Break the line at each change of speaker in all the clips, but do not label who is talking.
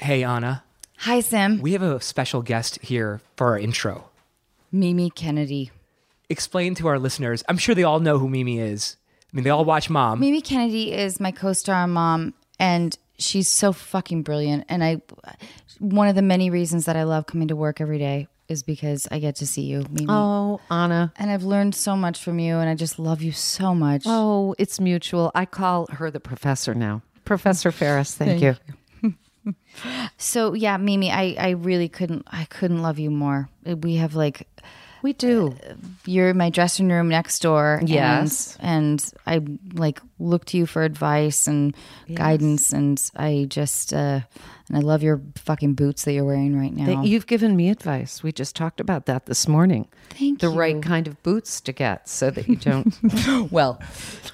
Hey, Anna.
Hi, Sim.
We have a special guest here for our intro.
Mimi Kennedy.
Explain to our listeners. I'm sure they all know who Mimi is. I mean, they all watch Mom.
Mimi Kennedy is my co-star on Mom, and she's so fucking brilliant. And I, one of the many reasons that I love coming to work every day is because I get to see you, Mimi.
Oh, Anna.
And I've learned so much from you, and I just love you so much.
Oh, it's mutual. I call her the professor now. Professor Ferris, thank, you.
So yeah, Mimi, I, I really couldn't I couldn't love you more. Uh, We have like uh,
We do.
you're in my dressing room next door. and-
Yes.
And, I like look to you for advice and guidance and I just uh and I love your fucking boots that you're wearing right now.
That You've given me advice. We just talked about that this morning.
Thank
the
you.
right kind of boots to get so that you don't
well,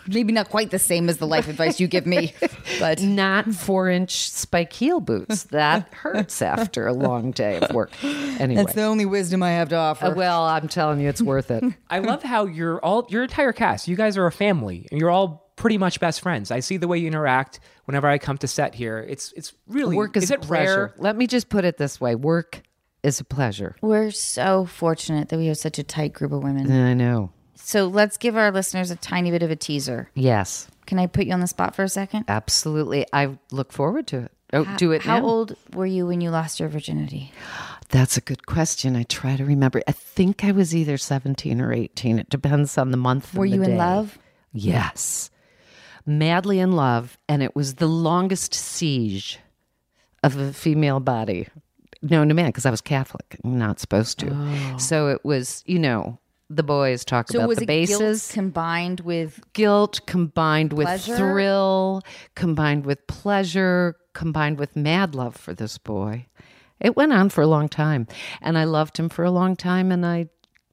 maybe not quite the same as the life advice you give me, but
not four inch spike heel boots. That hurts after a long day of work. Anyway.
only wisdom I have to offer.
Uh, well, I'm telling you, it's worth it.
I love how you're all your entire cast. You guys are a family, and you're all pretty much best friends. I see the way you interact whenever I come to set here. It's it's really
Work is, a
it
pleasure.
rare?
Let me just put it this way work is a pleasure.
We're so fortunate that we have such a tight group of women.
I know.
So let's give our listeners a tiny bit of a teaser.
Yes,
Can I put you on the spot for a second?
absolutely. I look forward to it. Oh, do it
How
now.
old were you when you lost your virginity?
That's a good question. I try to remember. I think I was either 17 or 18. It depends on the month. and
Were
the
you in
day.
love?
Yes. Madly in love. And it was the longest siege of a female body known to man because I was Catholic. I'm not supposed to.
Oh.
So it was, you know, the boys talk about the bases
guilt combined with
guilt combined with
Pleasure?
thrill, combined with pleasure, combined with mad love for this boy. It went on for a long time. And I loved him for a long time. And I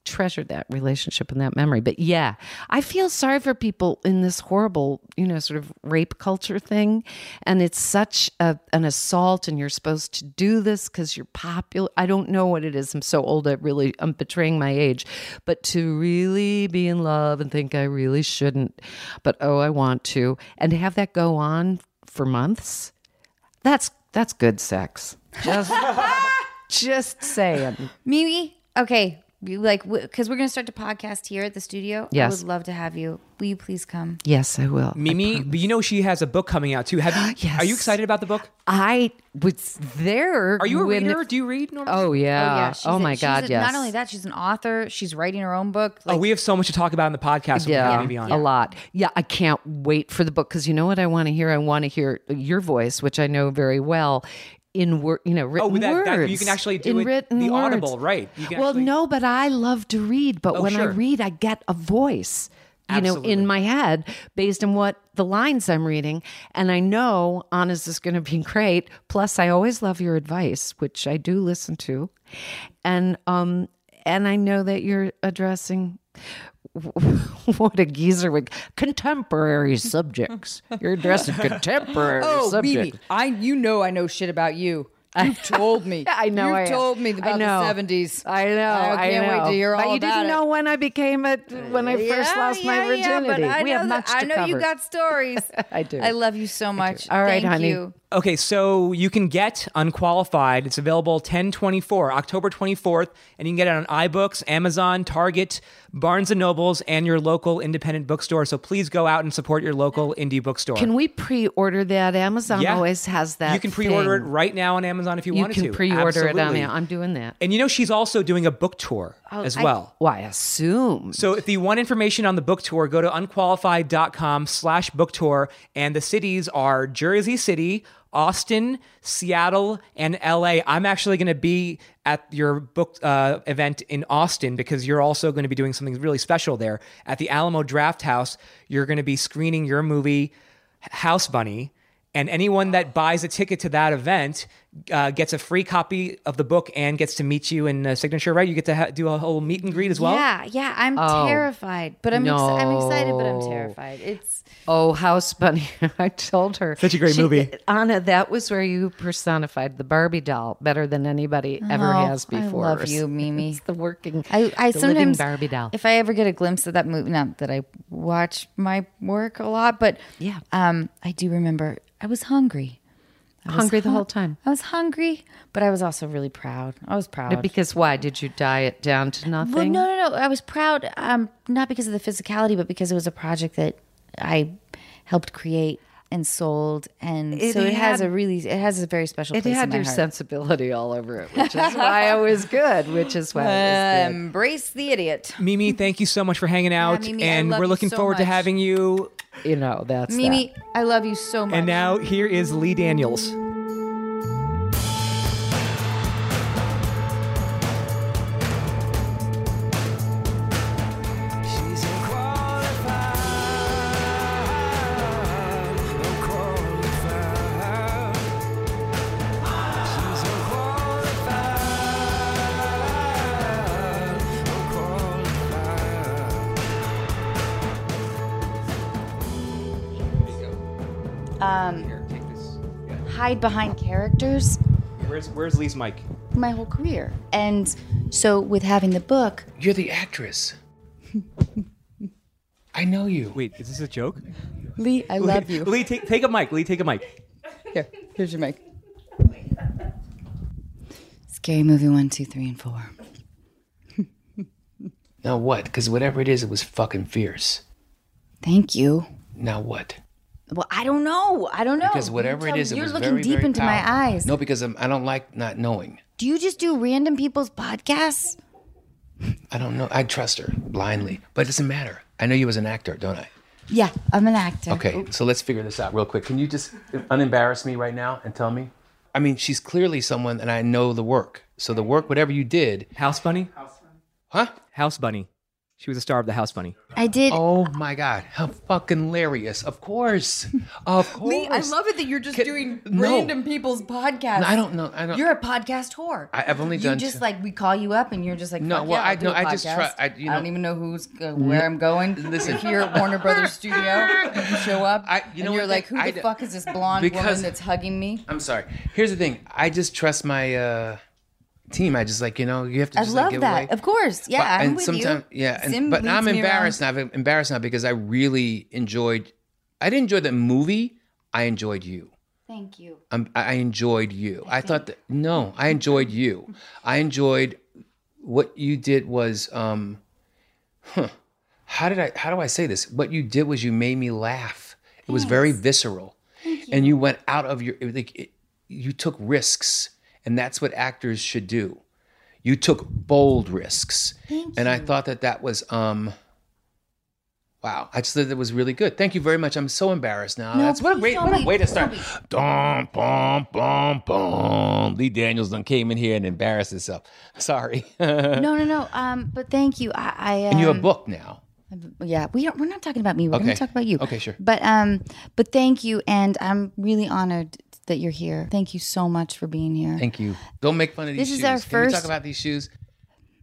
treasured that relationship and that memory. But yeah, I feel sorry for people in this horrible, you know, sort of rape culture thing. And it's such a, an assault. And you're supposed to do this because you're popular. I don't know what it is. I'm so old. I really, I'm betraying my age. But to really be in love and think I really shouldn't, but oh, I want to. And to have that go on for months, that's, that's good sex. Just, just saying.
Mimi. Okay, you like because we're gonna start the podcast here at the studio.
Yes.
I would love to have you. Will you please come?
Yes, I will.
Mimi, but you know she has a book coming out too. Have you?
Yes.
Are you excited about the book?
I was there.
Are you a
when-
reader? Do you read normally?
Oh
Uh,
yeah. Oh,
she's a-
my
she's
God.
a-
yes.
Not only that, she's an author. She's writing her own book.
Oh,
Like,
we have so much to talk about in the podcast. when we
Yeah,
get Mimi on.
a lot. Yeah, I can't wait for the book because you know what I want to hear. I want to hear your voice, which I know very well. In word, you know, written
with Oh, that-
words.
that- you can actually do
in
it-
written
the
words.
Audible, right. You can
well,
actually-
no, but I love to read. But when I
Oh, sure.
read, I get a voice, you
Absolutely.
know, in my head based on what the lines I'm reading, and I know Anna's is going to be great. Plus, I always love your advice, which I do listen to, and um, and I know that you're addressing what a geezer would contemporary subjects. You're addressing contemporary
Oh,
subjects.
I you know I know shit about you. You've told me.
I know.
You've
I am.
told me
I
about
know.
the seventies. Oh,
I know.
I can't
know.
wait to hear all
But you
about
didn't
it.
know when I became a when I first lost my virginity.
I
we
know
have much
that,
to
I know
cover.
you got stories.
I do.
I love you so much.
All right,
Thank
honey.
You.
Okay, so you can get Unqualified. It's available 1024, October 24th, and you can get it on iBooks, Amazon, Target, Barnes & Nobles, and your local independent bookstore. So please go out and support your local indie bookstore.
Can we pre-order that? Amazon
Yeah.
always has that.
You can pre-order
thing.
it right now on Amazon if you,
You
wanted
can
to.
pre-order it on
Absolutely.
there. I'm doing that.
And you know she's also doing a book tour as well.
Well, Oh, I assume.
So if you want information on the book tour, go to unqualified.com slash book tour. And the cities are Jersey City, Austin, Seattle, and LA. I'm actually going to be at your book uh, event in Austin because you're also going to be doing something really special there. At the Alamo Draft House, you're going to be screening your movie H- House Bunny. And anyone that buys a ticket to that event uh, gets a free copy of the book and gets to meet you in uh, signature, right? You get to ha- do a whole meet and greet as well.
yeah, yeah. I'm terrified, but I'm exci- I'm excited, but I'm terrified. It's
Oh, House Bunny. I told her.
Such a great movie.
Anna, that was where you personified the Barbie doll better than anybody ever
Oh,
has before.
I love you, Mimi.
The working,
I, I
the living
sometimes
Barbie doll.
If I ever get a glimpse of that movie, not that I watch my work a lot, but
Yeah.
um, I do remember I was hungry.
hungry the whole time.
I was hungry, but I was also really proud. I was proud.
Because why? Did you diet down to
well,
nothing?
no, no, no. I was proud, um, not because of the physicality, but because it was a project that I helped create and sold, and
It
so it has
had-
a really, it has a very special.
It
place
had
in my
your
heart.
sensibility all over it, which is why it was good. Which is why it
Um,
was good.
Embrace the idiot.
Mimi, thank you so much for hanging out,
Mimi, I
and
love
we're
you
looking
so
forward to
much.
having you.
You know, that's
Mimi, I love you so much.
And now here is Lee Daniels.
She's unqualified, unqualified. She's unqualified, unqualified.
Here, take this.
hide behind characters
Where's Where's Lee's mic?
my whole career, and so with having the book,
You're the actress. I know you.
Wait, is this a joke?
Lee, I love you.
Lee, take take a mic. Lee, take a mic.
Here, here's your mic.
scary movie one, two, three, and four.
Now what? Because whatever it is, it was fucking fierce.
Thank you.
Now what?
Well, I don't know. I don't know.
Because
You
whatever
tell
it
me.
is, it
you're
was
looking
very,
deep
very
into
powerful.
my eyes.
No, because I'm, I don't like not knowing.
Do you just do random people's podcasts?
I don't know. I trust her blindly, but it doesn't matter. I know you as an actor, don't I?
Yeah, I'm an actor.
Okay, so let's figure this out real quick. Can you just unembarrass me right now and tell me? I mean, she's clearly someone, and I know the work. So the work, whatever you did,
House Bunny.
huh?
House Bunny. She was a star of the House Bunny.
I did.
Oh my God, how fucking hilarious! Of course, of course.
Lee, I love it that you're just
Can-
doing
No.
random people's podcasts.
I don't know. I don't.
You're a podcast whore.
I- I've only
you
done
just
two-
like we call you up and you're just like
No,
fuck
well,
yeah,
I-
I'll do
no,
a
I just
podcast.
try- I- you
I
know-
don't even know who's uh, where I'm going.
Listen.
You're here at Warner Brothers Studio, you show up.
I- you know
and you're
what,
like,
Nick?
who
I
the
d-
fuck is this blonde
Because-
woman that's hugging me?
I'm sorry. Here's the thing. I just trust my uh, team. I just like you know you have to.
I
Just, like,
love
give
that.
Away.
Of course. Yeah,
But-
I'm
and
with
sometime-
you.
yeah, and,
Zim
but
leads
I'm
me
embarrassed now. I'm embarrassed now because I really enjoyed. I didn't enjoy the movie. I enjoyed you.
Thank you.
I'm, I I enjoyed you. I thought that no, I enjoyed you. I enjoyed what you did was um, huh, how did I how do I say this? What you did was you made me laugh. It was very visceral, and you went out of your it, was like it, you took risks, and that's what actors should do. You took bold risks, and I thought that that was um. Wow, I just thought that was really good. Thank you very much. I'm so embarrassed now. That's what a
please
great
don't
what a
be-
way to
don't
start.
be-
Dum, bum, bum, bum. Lee Daniels done came in here and embarrassed himself. Sorry. and
No, no, no. Um, but thank you. I, I um,
Uh-huh. you have a book now.
yeah, we don't. We're not talking about me. We're going
Okay.
to talk about you.
Okay, sure.
But um, but thank you, and I'm really honored that you're here. Thank you so much for being here.
Thank you. Don't make fun of these
This
shoes.
is our
Can we talk
first-
about these shoes?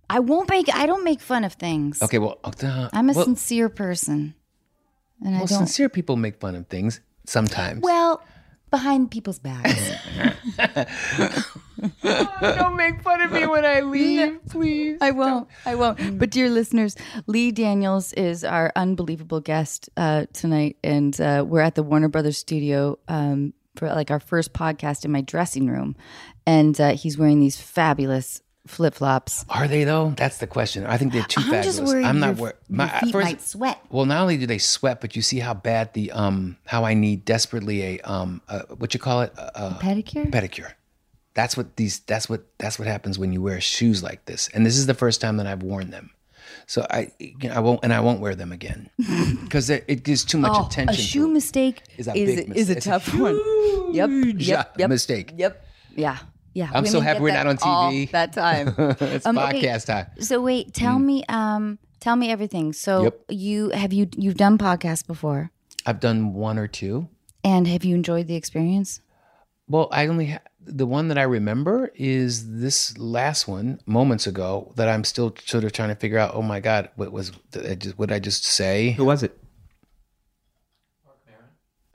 I won't make. I don't make fun of things.
Okay, well, uh,
I'm a
well,
sincere person, and I
well,
don't.
sincere people make fun of things sometimes.
well, behind people's backs.
don't make fun of me when I leave, please.
I won't. I
Mm.
won't. But dear listeners, Lee Daniels is our unbelievable guest uh, tonight, and uh, we're at the Warner Brothers studio um, for like our first podcast in my dressing room, and uh, he's wearing these fabulous flip flops.
Are they though? That's the question. I think they're too
I'm
fabulous.
just worried
I'm not
your,
worried.
your feet might sweat.
Well, not only do they sweat, but you see how bad the um how I need desperately a um uh what you call it a, a
Pedicure.
pedicure. That's what these. That's what that's what happens when you wear shoes like this. And this is the first time that I've worn them, so I you know, I won't and I won't wear them again because it gives too much attention.
Oh, a
to
shoe
it.
mistake.
Is a
Is
big
it,
mistake.
is a
It's
tough one. Yep.
huge
Yep. Yep.
mistake.
Yep.
Yeah. Yeah.
I'm so
Women
happy
get
we're
that
not on
all
TV.
That time.
it's
Um, okay.
podcast time.
So wait, tell
Mm.
me. Um, tell me everything. So
Yep.
you have you you've done podcasts before,
I've done one or two.
and have you enjoyed the experience?
Well, I only ha- the one that I remember is this last one moments ago that I'm still sort of trying to figure out. Oh my god, what was did I just what I just say?
Who was it?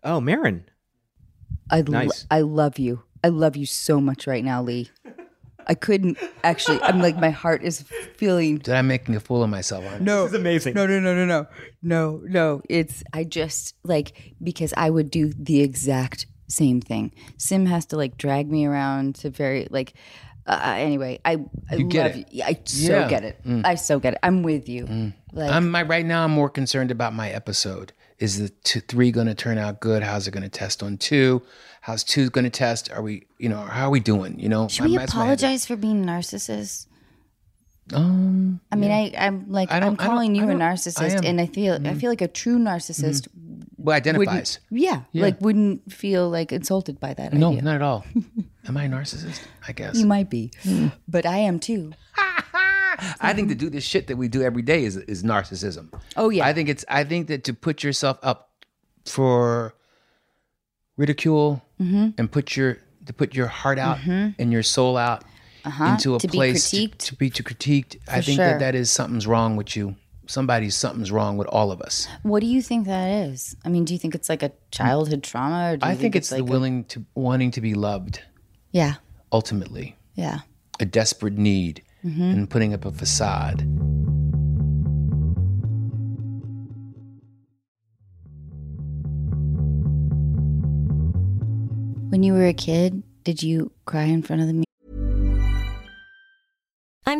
Oh, Marin.
I,
Nice.
I love you. I love you so much right now, Lee. I couldn't actually. I'm like my heart is feeling.
Did I make a fool of myself? On
No,
This is amazing.
No, no, no, no, no, no, no. It's I just like because I would do the exact
same thing. Sim has to like drag me around to very like. Uh, anyway, I, I
You get
love
it.
you. I so
Yeah. Mm.
get it. I so get it. I'm with you. Like
I'm Um, my right now. I'm more concerned about my episode. Is the two, three going to turn out good? How's it going to test on two? How's two going to test? Are we, you know, how are we doing? You know,
Should we apologize for being narcissists?
Um,
I mean, I, I'm like
I don't-
I'm
I don't-
calling you
I
a
don't- I
narcissist,
am. Mm-hmm.
and I feel I feel like a true narcissist.
well, identifies.
Yeah, like wouldn't feel like insulted by that.
No,
idea.
not at all. Am I a narcissist? I guess.
you might be,
Mm.
but I am too.
I think to do this shit that we do every day is is narcissism.
Oh yeah,
I think it's I think that to put yourself up for ridicule
Mm-hmm.
and put your to put your heart out and your soul out into a
Uh-huh. to be
place
critiqued.
To, to be to critiqued. I think
sure.
that that is something's wrong with you. Somebody's something's wrong with all of us.
What do you think that is? I mean, do you think it's like a childhood trauma? Or do you
I think, it's, the
like a-
willing to wanting to be loved
yeah,
ultimately,
yeah.
a desperate need
Mm-hmm.
and putting up a facade.
When you were a kid, did you cry in front of the mirror?
I'm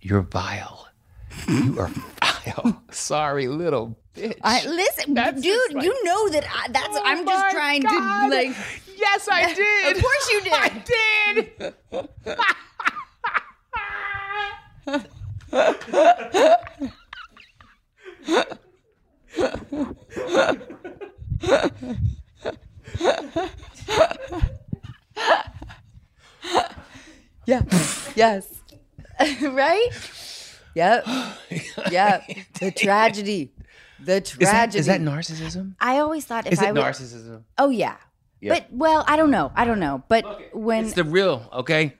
You're vile. you are vile. Sorry, little bitch.
I, listen,
That's
dude,
just like-
you know that I, that's
Oh
I'm
my
just trying
God.
to like
Yes, I did.
Of course you did.
I did.
Yeah. yes. right? Yep. Yep. The tragedy. The tragedy.
Is that, is that narcissism?
I always thought if
Is it
I would
narcissism?
Oh yeah. But well, I don't know. I don't know. But when
It's the real, okay?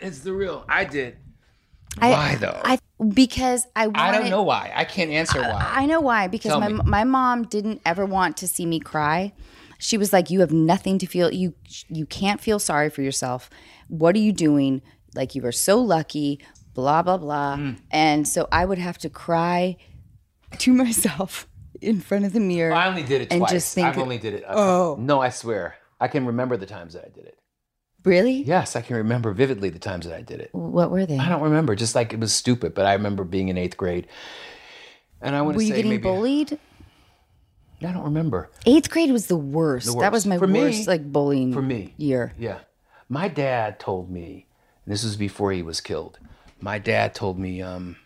It's the real. I did.
I,
why though? I,
I because I wanted,
don't know why. I can't answer why.
I know why because
Tell
my
me.
my mom didn't ever want to see me cry. She was like, "You have nothing to feel. You you can't feel sorry for yourself. What are you doing? Like you are so lucky." Blah blah blah.
Mm.
And so I would have to cry to myself in front of the mirror.
I, only did it
and
twice.
just think-
I've only did it. Oh. No, I swear. I can remember the times that I did it.
Really?
Yes, I can remember vividly the times that I did it.
What were they?
I don't remember. Just like it was stupid, but I remember being in eighth grade. And I want
Were
to
you
say
getting
maybe
bullied?
I don't remember.
Eighth grade was the worst.
The
That
worst.
was my
For me-
worst, like bullying
for me.
year.
Yeah. My dad told me, and this was before he was killed. My dad told me, um,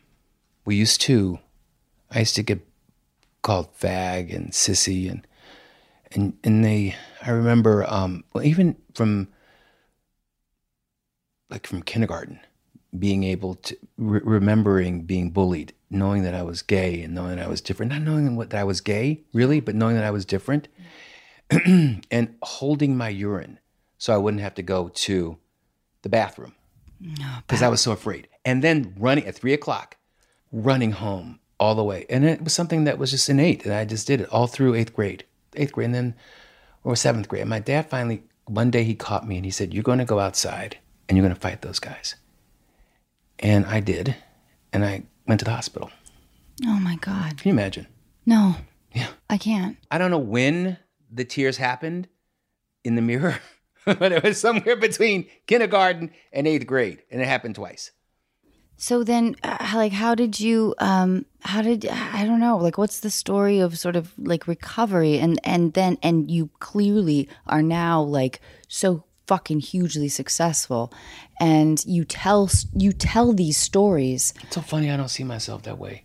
we used to, I used to get called fag and sissy and, and, and they, I remember, um, well, even from like from kindergarten, being able to re- remembering being bullied, knowing that I was gay and knowing that I was different, not knowing what that I was gay really, but knowing that I was different and holding my urine so I wouldn't have to go to the bathroom because I was so afraid. And then running at three o'clock, running home all the way. And it was something that was just innate. And I just did it all through eighth grade, eighth grade, and then, or seventh grade. And my dad finally, one day he caught me and he said, You're going to go outside and you're going to fight those guys. And I did. And I went to the hospital.
Oh my god,
Can you imagine?
no.
Yeah.
I can't.
I don't know when the tears happened in the mirror, but it was somewhere between kindergarten and eighth grade, and it happened twice.
So then, uh, like, how did you? Um, how did I don't know? Like, what's the story of sort of like recovery and and then and you clearly are now like so fucking hugely successful, and you tell s- you tell these stories
It's so funny. I don't see myself that way.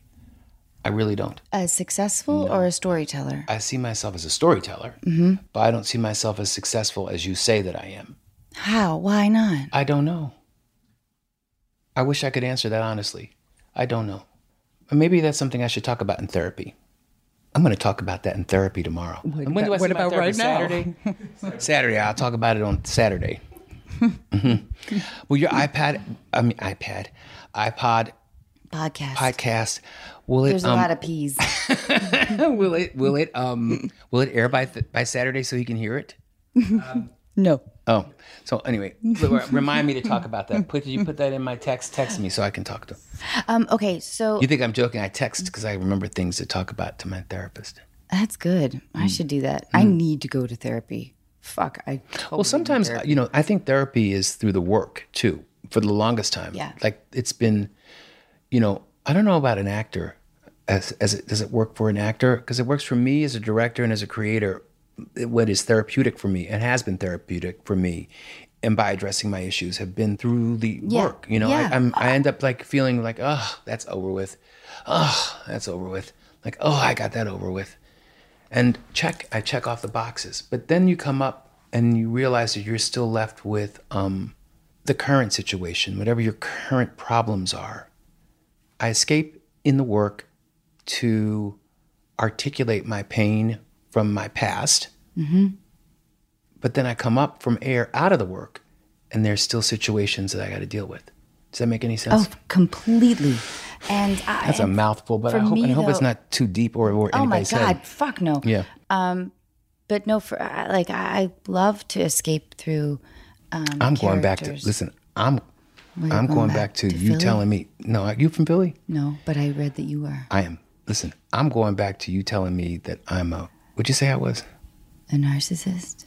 I really don't.
as successful or a storyteller.
I see myself as a storyteller,
Mm-hmm.
but I don't see myself as successful as you say that I am.
How? Why not?
I don't know. I wish I could answer that honestly. I don't know. Maybe that's something I should talk about in therapy. I'm going to talk about that in therapy tomorrow. and when do I
what
see my
about
therapist?
right now?
Saturday? Saturday. I'll talk about it on Saturday. Mhm. Well, your iPad, I mean iPad, iPod
Podcast.
podcast. Will it?
There's a
um,
lot of peas.
will it? Will it? Um, will it air by th- by Saturday so he can hear it?
No.
Oh, so anyway, re- remind me to talk about that. Put, did you put that in my text? Text me so I can talk to him.
Um, okay, so
You think I'm joking? I text because I remember things to talk about to my therapist.
that's good.
Mm.
I should do that. I need to go to therapy. Fuck, I totally
Well, sometimes uh, you know, I think therapy is through the work too. For the longest time,
Yeah.
like it's been, you know, I don't know about an actor. As as it, does it work for an actor? Because it works for me as a director and as a creator. it- What is therapeutic for me and has been therapeutic for me, and by addressing my issues, have been through the work. You know,
Yeah. Uh,
I, I'm I end up like feeling like, oh, that's over with. Oh, that's over with. Like, oh, I got that over with and check i check off the boxes but then you come up and you realize that you're still left with um, the current situation whatever your current problems are i escape in the work to articulate my pain from my past
Mm-hmm.
but then i come up from air out of the work and there's still situations that i got to deal with does that make any sense
Oh, completely. And I,
that's a mouthful but i
for
hope, and
me,
I hope it's
though-
not too deep or, or
oh my
anybody's
god,
head
fuck no. Um,
yeah
But no, for I- like I love to escape through. Um,
I'm going back to
characters.
listen. I'm I'm
you're
going, back, to, you
Philly?
telling me. No, are you from Philly?
No, but I read that you are
I am. Listen, I'm going back to you telling me that I'm a. Would you say I was?
a narcissist,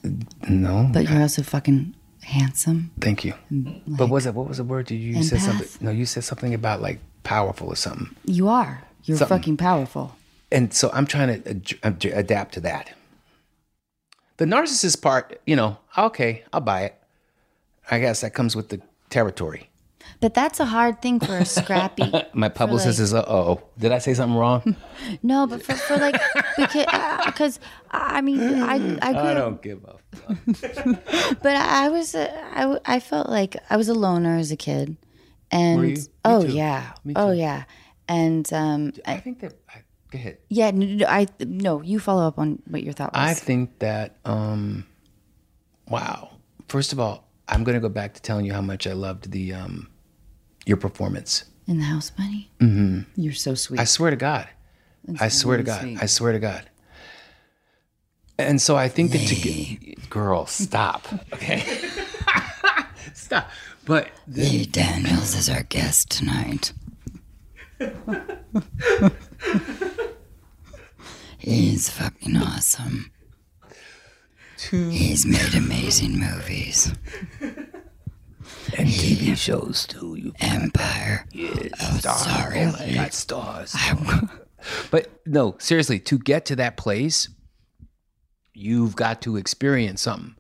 No.
but you're also fucking handsome.
Thank you. but was it? What was the word? Did you, you said something? No, you said something about like powerful or something.
You are. You're
Something.
fucking powerful.
And so I'm trying to ad- ad- adapt to that. The narcissist part, you know, okay, I'll buy it. I guess that comes with the territory.
But that's a hard thing for a scrappy.
My publicist
like-
is, uh oh, did I say something wrong?
no, but for, for like because uh, I mean I I, grew
I
up-
don't give up.
but I I was a- I w- I felt like I was a loner as a kid, and
you? Me
oh
too.
yeah, oh yeah, and um
I think that. I, go ahead.
yeah, no, no, I no, you follow up on what your thought
I
was.
think that, um, wow. First of all, I'm going to go back to telling you how much I loved the um, your performance.
in the house bunny. Mm-hmm. You're so sweet.
I swear to God, I swear to God, I swear to God. And so I think that to get, girl, stop, okay, stop. But
Lady Daniels is our guest tonight. He's fucking awesome. He's made amazing movies.
and TV shows too. You
Empire. Oh,
sorry, I got stars. but no, seriously, to get to that place, you've got to experience something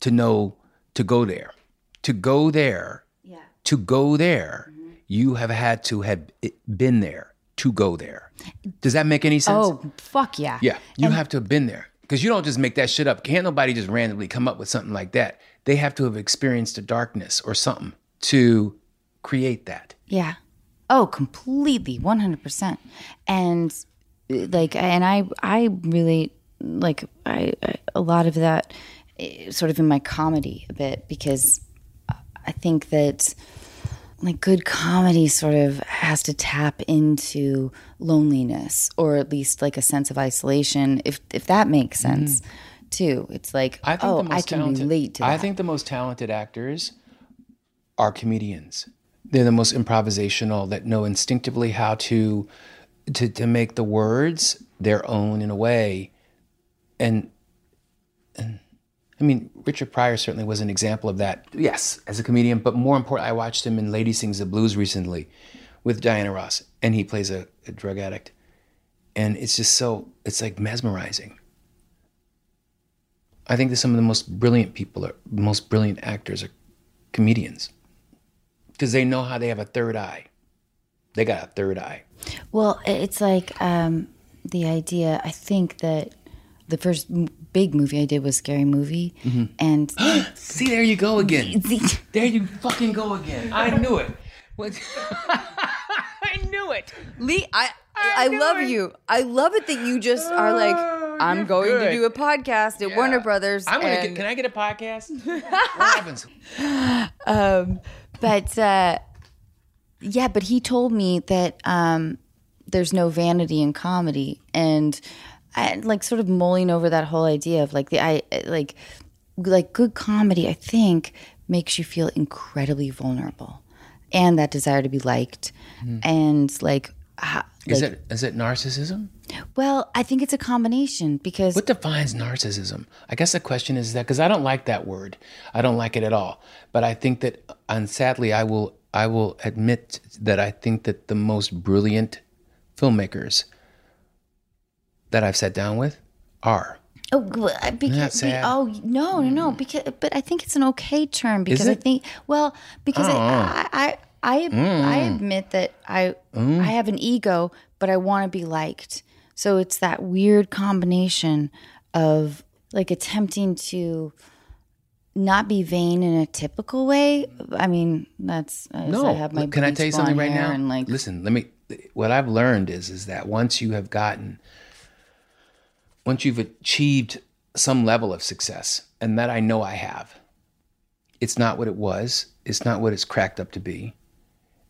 to know to go there. To go there, yeah. to go there, you have had to have been there to go there. Does that make any sense?
Oh, fuck yeah.
Yeah, you have to have been there because you don't just make that shit up. Can't nobody just randomly come up with something like that. They have to have experienced the darkness or something to create that.
Yeah. Oh, completely, one hundred percent. And uh, like, and I, I really like I, I a lot of that, eh, sort of in my comedy a bit because I think that like good comedy sort of has to tap into loneliness or at least like a sense of isolation, if if that makes sense. Too, it's
Mm-hmm.
like
I think the
oh,
most
I can
talented,
relate to that.
I think the most talented actors are comedians. They're the most improvisational that know instinctively how to to to make the words their own in a way. And and I mean, Richard Pryor certainly was an example of that. Yes, as a comedian, but more important, I watched him in Lady Sings the Blues recently with Diana Ross, and he plays a, a drug addict. And it's just so it's like mesmerizing. I think that some of the most brilliant people are most brilliant actors are comedians because they know how they have a third eye. They got a third eye.
Well, i- it's like um, the idea. I think that the first m- big movie I did was Scary Movie,
Mm-hmm.
and
See, there you go again. There you fucking go again. I knew it. What? I knew it.
Lee, I I love you. I love it that you just are like, I'm going to
good."
do a podcast at Warner Brothers.
I'm gonna
and,
get, can I get a podcast? what happens?
um, but uh, yeah, but he told me that um, there's no vanity in comedy, and I, like sort of mulling over that whole idea of like the I like like good comedy. I think makes you feel incredibly vulnerable, and that desire to be liked, and like. ho-
Is it is it narcissism?
Well, I think it's a combination because
What defines narcissism? I guess the question is that because I don't like that word. I don't like it at all. But I think that, and sadly, I will I will admit that I think that the most brilliant filmmakers that I've sat down with are.
Oh, well, I- because
That's
be,
sad. Hmm.
oh no, no, no. Because but I think it's an okay term because I
it? Oh.
think well because I I I, I, I
Hmm.
admit that I I have an ego, but I want to be liked. So it's that weird combination of like attempting to not be vain in a typical way. I mean, that's I just- I have my
look, can I
bleach
tell you something
blonde
right
hair
now?
And like,
Listen, let me. What I've learned is is that once you have gotten, once you've achieved some level of success, and that I know I have, it's not what it was. It's not what it's cracked up to be,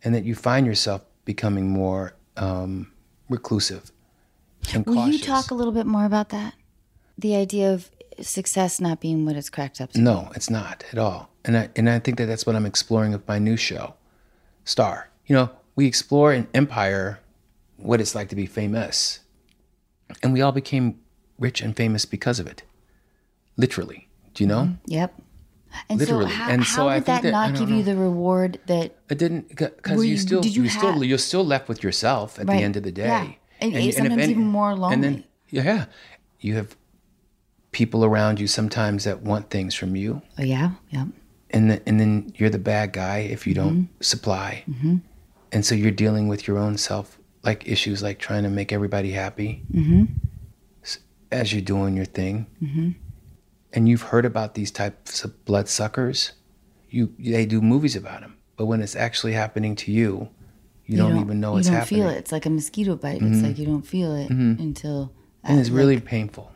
and that you find yourself becoming more um, reclusive and
will
cautious.
you talk a little bit more about that? The idea of success not being what it's cracked up to.
No, it's not at all. And I and I think that that's what I'm exploring with my new show, Star. You know, we explore in empire what it's like to be famous. And we all became rich and famous because of it. Literally. Do you know?
Yep. And
Literally.
so, how,
And
how
so I think
did that
that- I
not
don't
give you
know.
the reward that
It didn't because
Were
you
you-
still
did you
you still
ha-
you're still left with yourself at
Right.
the end of the day.
Yeah. And- and
you- if
sometimes
any-
even more
And
lonely.
then yeah, you have people around you sometimes that want things from you.
oh yeah yeah
and the, and then you're the bad guy if you don't
Mm-hmm.
supply and so you're dealing with your own self like issues like trying to make everybody happy
Mm-hmm.
s- as you're doing your thing and you've heard about these types of bloodsuckers you they do movies about them but when it's actually happening to you you, don't, even know
you
it's
don't
happening Mm-hmm.
feel it it's like a mosquito bite it's like you don't feel it until
and it's really painful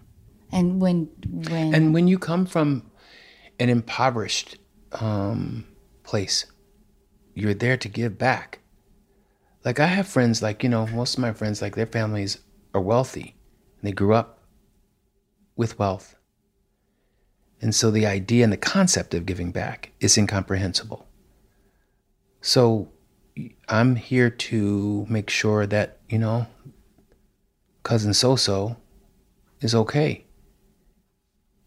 and when when
And when you come from an impoverished um, place, you're there to give back. Like I have friends, like you know, most of my friends, like their families are wealthy, and they grew up with wealth, and so the idea and the concept of giving back is incomprehensible. So I'm here to make sure that you know, cousin So So is okay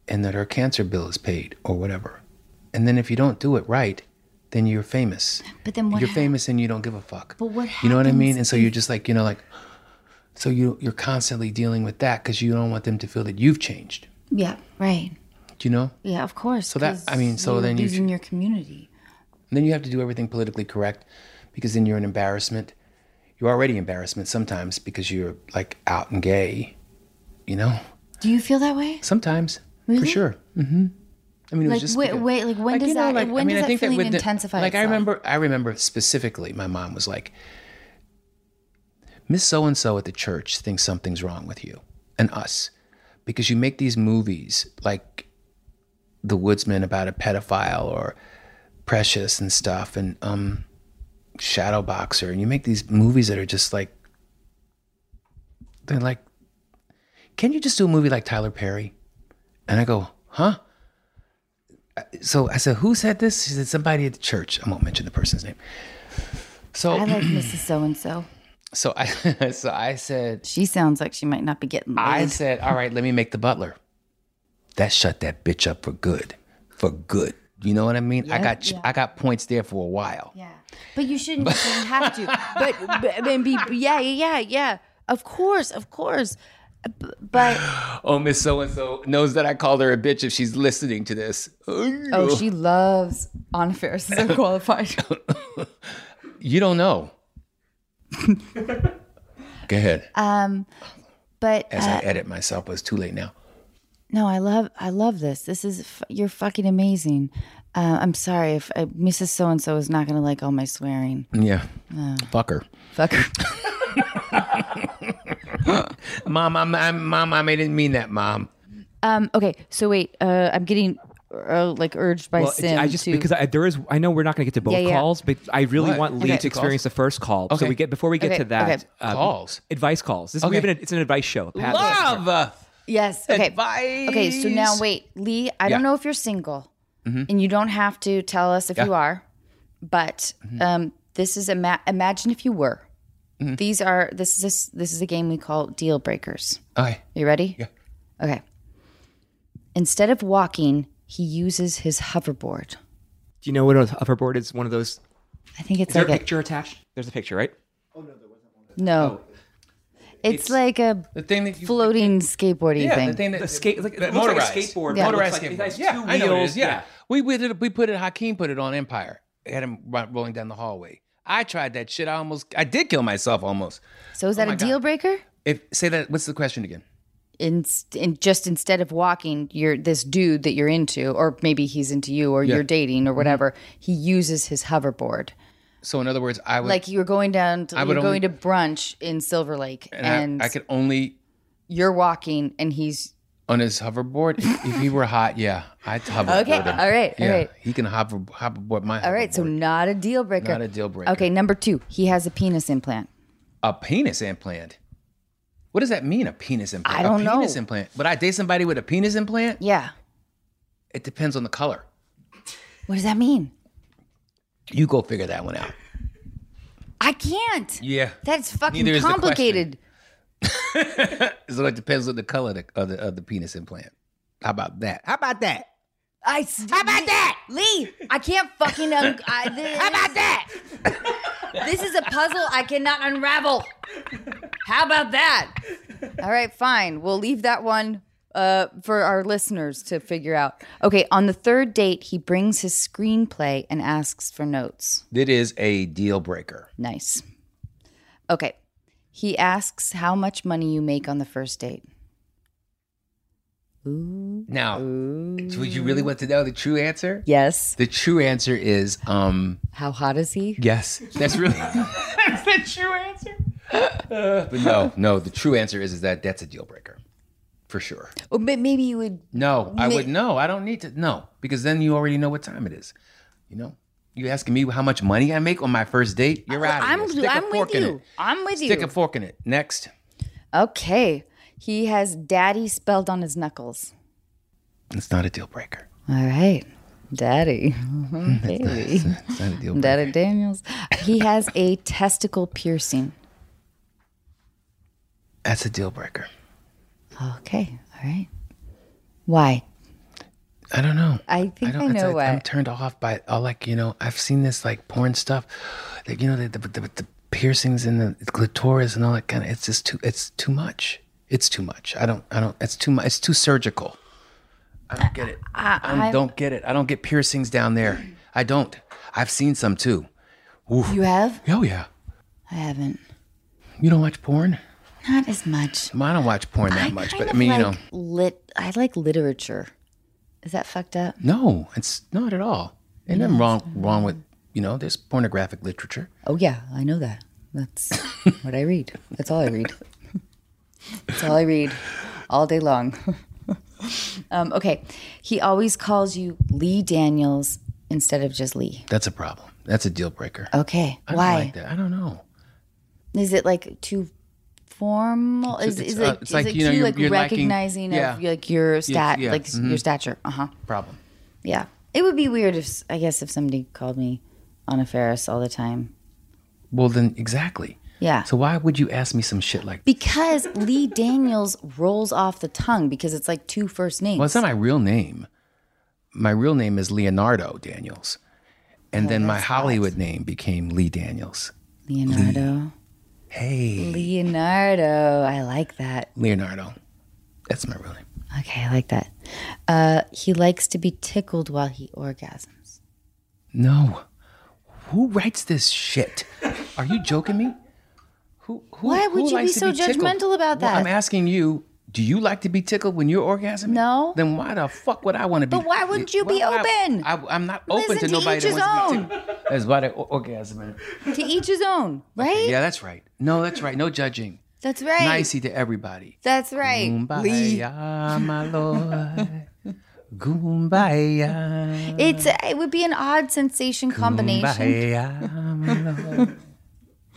and that her cancer bill is paid or whatever. And then if you don't do it right, then you're famous.
but then what
you're
hap-
famous and you don't give a fuck.
But what
you know what I mean?
happens
And so you're just like you know like, so you you're constantly dealing with that because you don't want them to feel that you've changed.
yeah right
Do you know?
yeah of course
So that-
'cause
I mean, so
you're
then you
losing
sh-
your community
And then you have to do everything politically correct because then you're an embarrassment. You're already embarrassment sometimes because you're like out and gay. You know,
do you feel that way
sometimes for
Really?
sure. hmm I mean, it was
Like,
just
wait-
because-
wait, like, when does
you
that- when does that feeling
with the-
intensify
Like I
itself?
remember, I remember specifically, my mom was like, "Miss so and so at the church thinks something's wrong with you and us because you make these movies like The Woodsman about a pedophile or Precious and stuff, and um, Shadow Boxer, and you make these movies that are just like they're like, can you just do a movie like Tyler Perry?" And I go, huh? So I said, who said this? She said, somebody at the church. I won't mention the person's name. So,
i like mrs so and so
so I, so I said,
she sounds like she might not be getting
I
laid.
said, all right, let me make the butler. That shut that bitch up for good, for good. You know what I mean? I got, I got points there for a while.
Yeah, but you shouldn't you shouldn't have to. But, but and be yeah yeah yeah yeah. Of course, of course. B- But
Oh, Miss So and So knows that I called her a bitch if she's listening to this.
oh, she loves on affairs. So qualified.
You don't know. Go ahead.
But
As
uh,
I edit myself, but it's too late now.
no, I love I love this. This is f- you're fucking amazing. Uh, I'm sorry if uh, Mrs. So and So is not gonna like all my swearing.
Yeah. Fuck her.
Fuck her.
mom, I'm, I'm, mom, I didn't mean that, mom.
Um,
Okay, so wait, uh, I'm getting uh, like urged by
Well,
Sim
I just
to
because I, there is. I know we're not going to get to both
Yeah, yeah.
calls, but I really
What?
want Lee
Okay.
to experience the first call. So
Okay.
we get before we get
Okay,
to that
okay.
uh,
Calls?
advice calls. This we
Okay.
have an, it's an advice show. Pat's-
Love.
yes. Okay,
Advice.
okay. So now wait, Lee. I don't
Yeah.
know if you're single,
Mm-hmm.
and you don't have to tell us if you are, but
Mm-hmm.
um, this is ima- imagine if you were. These are this is this, this is a game we call deal breakers.
Okay.
You ready?
Yeah.
Okay. Instead of walking, he uses his hoverboard.
Do you know what a hoverboard is? One of those.
I think it's
Is there
like
a picture attached? There's a picture, right?
no. It's, like a
The thing that Oh. you
floating skateboardy
yeah,
thing.
the thing that
The skate- like, it
that
looks like a
motorized.
skateboard,
Yeah. but it
motorized
looks like it
skateboard.
has
yeah,
two
I know what it
wheels.
is. Yeah.
Yeah.
we we did it. We put it. Hakeem put it on Empire. It had him ro- rolling down the hallway. I tried that shit. I almost. I did kill myself almost.
so
oh
is that a deal breaker?
If say that. What's the question again?
in, in just instead of walking you're this dude that you're into or maybe he's into you or you're dating
Mm-hmm.
or whatever he uses his hoverboard
So in other words, I would
like you're going down to,
I would
you're going
only-
to brunch in silver lake and,
And I, I could only
you're walking and he's
on his hoverboard. if if he were hot, yeah, I'd hoverboard.
okay
him.
all right all
Yeah,
right
he can hover hoverboard my.
all right so not a deal breaker
Not a deal breaker.
okay number two he has a penis implant
a penis implant. What does that mean? A penis implant.
I don't
a
know.
penis implant. Would I date somebody with a penis implant?
yeah
It depends on the color.
what does that mean
You go figure that one out.
i can't
Yeah.
that's fucking
Neither is the question.
complicated
So it depends on the color of the, of the, of the penis implant. How about that? How about that?
I how about that, Lee? I can't fucking. Un- I, this, how about that? this is a puzzle I cannot unravel. How about that? All right, fine. We'll leave that one uh, for our listeners to figure out. Okay, on the third date, he brings his screenplay and asks for notes.
That is a deal breaker.
Nice. Okay, he asks how much money you make on the first date.
Now, so would you really want to know the true answer?
Yes.
The true answer is um
How hot is he?
yes. That's really that's the true answer. Uh, but no, no. The true answer is is that that's a deal breaker, for sure.
Oh, ma- maybe you would
No, I
Ma-
would no. I don't need to no because then you already know what time it is. You know, you asking me how much money I make on my first date. You're out.
I'm,
of here. Stick a
I'm with
fork in
you.
it.
I'm with
Stick
you.
a fork in it. Next.
okay. He has daddy spelled on his knuckles.
It's not a deal breaker.
All right. Daddy. Baby.
It's not a deal breaker.
Daddy Daniels. He has a testicle piercing.
That's a deal breaker.
Okay. All right. Why?
I don't know.
I think I,
don't- it's
know
like I'm
why.
turned off by all like you know. I've seen this like porn stuff, like you know the the, the, the piercings and the clitoris and all that kind of. It's just too. It's too much. It's too much. I don't. I don't. It's too much. It's too surgical. I don't get it. I, don't get it. I don't get piercings down there. I don't. I've seen some too.
you have?
Oh yeah.
I haven't.
You don't watch porn?
Not as much.
I don't watch porn that
I
much,
kind
but I
of
mean, you know,
like lit. I like literature. Is that fucked up?
no, it's not at all. And nothing wrong wrong with you know. There's pornographic literature.
Oh yeah, I know that. That's what I read. That's all I read. That's all I read all day long. um, okay, he always calls you Lee Daniels instead of just Lee.
That's a problem. That's a deal breaker.
Okay,
I don't
why
like that. I don't know.
is it like too formal? Is,
it's,
is
uh,
it,
it's
is
like,
it
you know,
too
you're-
like
you're lacking-
recognizing of
yeah.
like your stat,
yeah,
like your stature? Uh huh.
Problem.
Yeah, it would be weird if s- I guess if somebody called me Anna Ferris all the time.
Well, then exactly.
Yeah.
So why would you ask me some shit like?
Because Lee Daniels rolls off the tongue because it's like two first names.
Well, it's not my real name. My real name is Leonardo Daniels, and then my Hollywood name became Lee Daniels.
Leonardo.
Hey,
Leonardo. I like that.
Leonardo. That's my real name.
Okay, I like that. Uh, he likes to be tickled while he orgasms.
No. Who writes this shit? Are you joking me? Who? who
Why would
who
you be
likes to
so
tickled?
judgmental about
Well, I'm
that?
asking you. Do you like to be tickled when you're orgasming?
No.
Then why the fuck would I want to be?
But why wouldn't you be
Well, I-
open?
I, am not open
Listen
to
to
nobody
each
that
his
wants
own.
to be tickled. That's why they orgasming.
to each his own, right?
Yeah, that's right. No, that's right. No judging.
That's right.
Nicey to everybody.
That's right.
Mm-hmm. Kumbaya, my lord. Kumbaya.
It's it would be an odd sensation combination.
Kumbaya, my lord.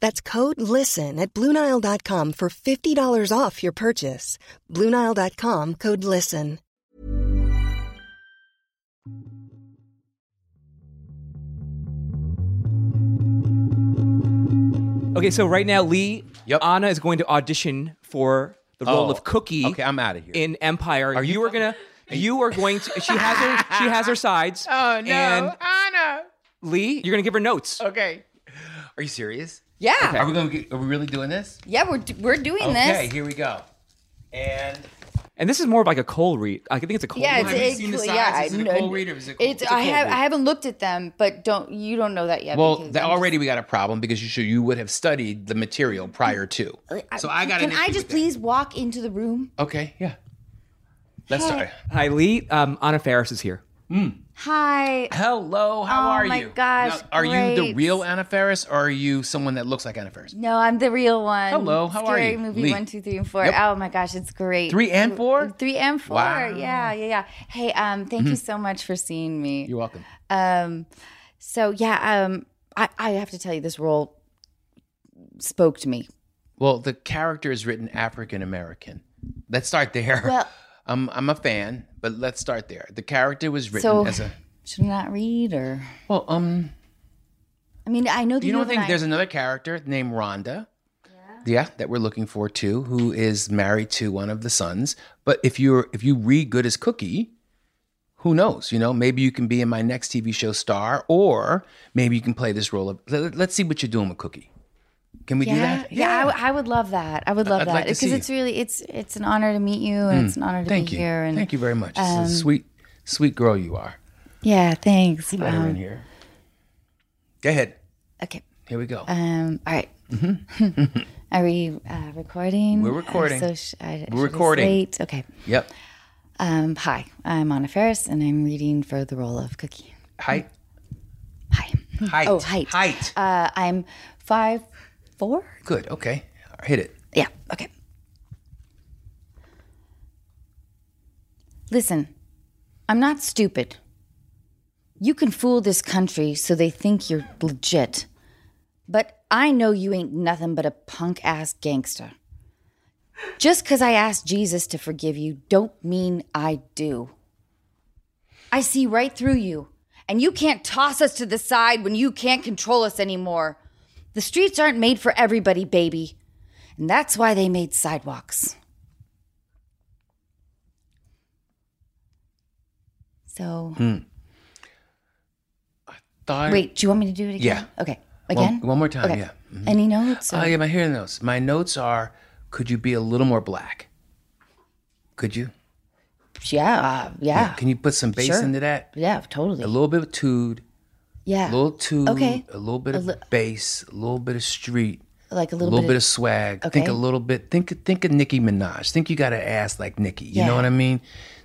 That's code LISTEN at Bluenile.com for $50 off your purchase. Bluenile.com code LISTEN.
Okay, so right now, Lee,
Yep.
Anna is going to audition for the role
Oh,
of Cookie.
okay, I'm outta here.
In Empire, are you, are gonna. You are going to. She has her. She has her sides.
Oh, no.
And
Anna.
Lee, you're gonna give her notes.
Okay. Are you serious?
Yeah.
Are we going? to Are we really doing this?
Yeah, we're d- we're doing
okay,
this.
here we go. And
And this is more of like a cold read. I think it's a cold.
Yeah,
read.
it's,
Have you
it's
seen the
cl-
size?
yeah.
Is
I
it a
kn-
cold read or is it cold?
It's,
It's a
I
cold
have
read.
I haven't looked at them, but don't you don't know that yet.
well,
because
that
I'm
already we got a problem because you should, you would have studied the material prior to.
just-
So I got.
Can
an
I
issue
just
with
please walk into the room?
that. Okay. Yeah. Let's start.
Hi, Lee. Um, Anna Ferris is here.
Hi.
Hello. How
Oh
are
my
you?
gosh,
Now, are you the
great.
real Anna Faris or are you someone that looks like Anna Faris?
No, I'm the real one.
Hello, how are
Scary
you?
Movie
Lee.
one, two, three, and four.
Yep.
Oh my gosh, it's great.
Three and four.
Three and four.
Wow. Mm-hmm.
Yeah, yeah, yeah. Hey, um, thank you so much for seeing me.
You're welcome.
Um, so yeah, um, I, I have to tell you, this role spoke to me.
Well, the character is written African American. Let's start there.
Well-
I'm I'm a fan, but let's start there. The character was written
So-
as a
Should I not read or?
well. Um,
I mean, I know that
you don't
have an
think there's
eye-
another character named Rhonda? Yeah. that we're looking for too, who is married to one of the sons. But if you're if you read Good as Cookie, who knows? You know, maybe you can be in my next TV show star, or maybe you can play this role of. Let, let's see what you're doing with Cookie. Can we
yeah,
do that?
yeah. I, w- I would love that. I would love
I'd
that
like to
because
see Mm.
it's really it's it's an honor to meet you and it's an honor to
Thank
be
you.
here. And um,
Thank you very much. This is a sweet, sweet girl you are.
Yeah, thanks.
Let her in
Um,
here. Go ahead.
okay.
Here we go.
Um. All right. Are we uh, recording?
Mm-hmm. We're
Uh,
recording.
So sh- I,
We're
should I
recording.
slate? Okay.
yep.
Um, hi, I'm Anna Ferris, and I'm reading for the role of Cookie.
Height.
Hi.
Height.
Oh, height.
Height.
Uh, I'm five four.
Good. Okay. Hit it.
Yeah. Okay. Listen, I'm not stupid. You can fool this country so they think you're legit. But I know you ain't nothing but a punk ass gangster. Just 'cause I asked Jesus to forgive you don't mean I do. I see right through you, and you can't toss us to the side when you can't control us anymore. The streets aren't made for everybody, baby. And that's why they made sidewalks. So,
Hmm. Thought.
wait, do you want me to do it again?
Yeah.
Okay.
One-
Again?
one more time,
Okay.
yeah.
Any notes?
Oh,
or-
yeah, my hearing notes. My notes are could you be a little more black? Could you?
yeah, uh, yeah.
Can you put some bass
Sure.
into that?
Yeah, totally.
A little bit of tood,
yeah.
a little tood,
Okay.
a little bit
A
of
li-
bass, a little bit of street,
like
a
a little,
little bit of swag. Think a
Okay.
little bit. Think think of Nicki Minaj. Think you got an ass like Nicki. You
Yeah.
know what I mean?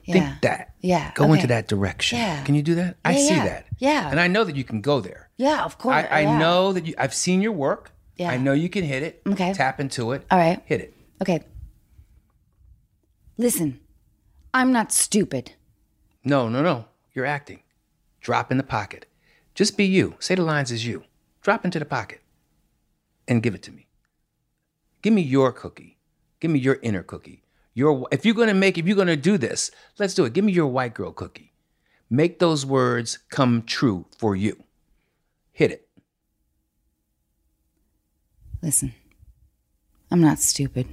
Yeah.
Think that.
Yeah,
Go into
okay.
that direction.
Yeah.
Can you do that? I
Yeah,
see
yeah,
that.
yeah.
And I know that you can go there.
yeah, of course.
I, I
yeah.
know that you. I've seen your work.
Yeah.
I know you can hit it.
Okay.
Tap into it.
All right.
Hit it.
Okay. Listen, I'm not stupid.
No, no, no. You're acting. Drop in the pocket. Just be you. Say the lines as you. Drop into the pocket and give it to me. Give me your cookie. Give me your inner cookie. Your if you're gonna make if you're gonna do this, let's do it. Give me your white girl cookie. Make those words come true for you. Hit it.
Listen, I'm not stupid.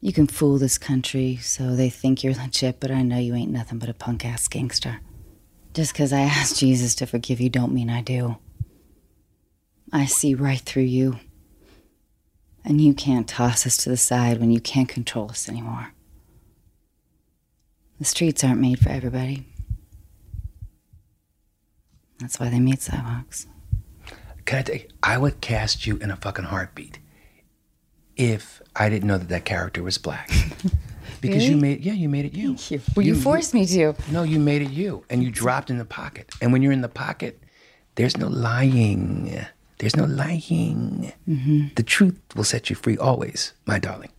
You can fool this country so they think you're legit, but I know you ain't nothing but a punk ass gangster. Just 'cause I asked Jesus to forgive you don't mean I do. I see right through you. And you can't toss us to the side when you can't control us anymore. The streets aren't made for everybody. That's why they made sidewalks.
Can I take? I would cast you in a fucking heartbeat if I didn't know that that character was black. Because you
Really?
made, yeah, you made it you.
you. Well, you, forced me to.
No, you made it you, and you dropped in the pocket. And when you're in the pocket, there's no lying. There's no lying. The truth will set you free always, my darling.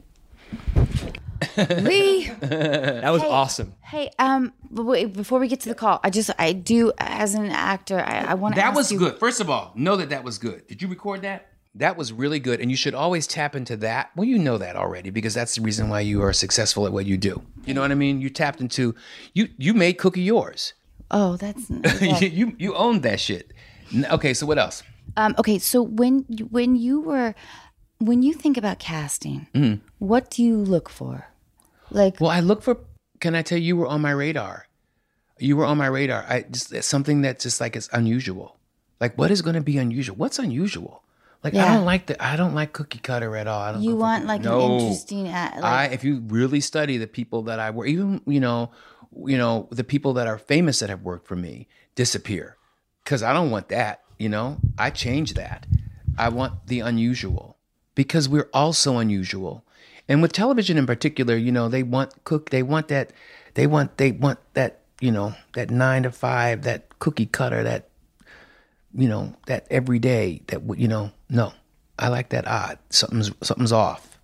Lee!
That was awesome.
Hey, um, but wait, before we get to the call, I just, I do, as an actor, I, I want to.
That was good. First of all, know that that was good. Did you record that? That was really good, and you should always tap into that. Well, you know that already because that's the reason why you are successful at what you do. You know what I mean? You tapped into you. You made cookie yours.
Oh, that's.
you, you you owned that shit. N- Okay, so what else?
um, okay, so when when you were, when you think about casting, what do you look for? Like,
Mm. Well, I look for. Can I tell you, you were on my radar? You were on my radar. I just it's something that's just like it's unusual. Like what is going to be unusual? What's unusual? Like I
Yeah.
don't like the I don't like cookie cutter at all. I don't
you
go for
want
cookie-
like
No.
an interesting. Uh, like,
I if you really study the people that I work, even you know, you know the people that are famous that have worked for me disappear because I don't want that. You know, I change that. I want the unusual because we're also unusual, and with television in particular, you know, they want cook, they want that, they want they want that, you know, that nine to five, that cookie cutter, that you know, that every day, that w- you know, no, I like that odd. Something's something's off.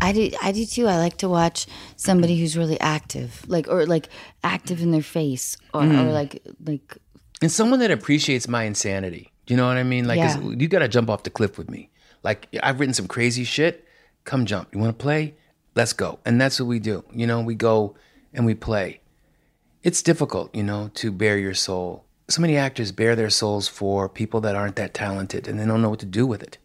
I do. I do too. I like to watch somebody who's really active, like or like active in their face, or,
Mm-hmm.
or like like
and someone that appreciates my insanity. You know what I mean? Like, 'cause
Yeah.
you got to jump off the cliff with me. Like, I've written some crazy shit. Come jump. You want to play? Let's go. And that's what we do. You know, we go and we play. It's difficult, you know, to bare your soul. So many actors bare their souls for people that aren't that talented and they don't know what to do with it.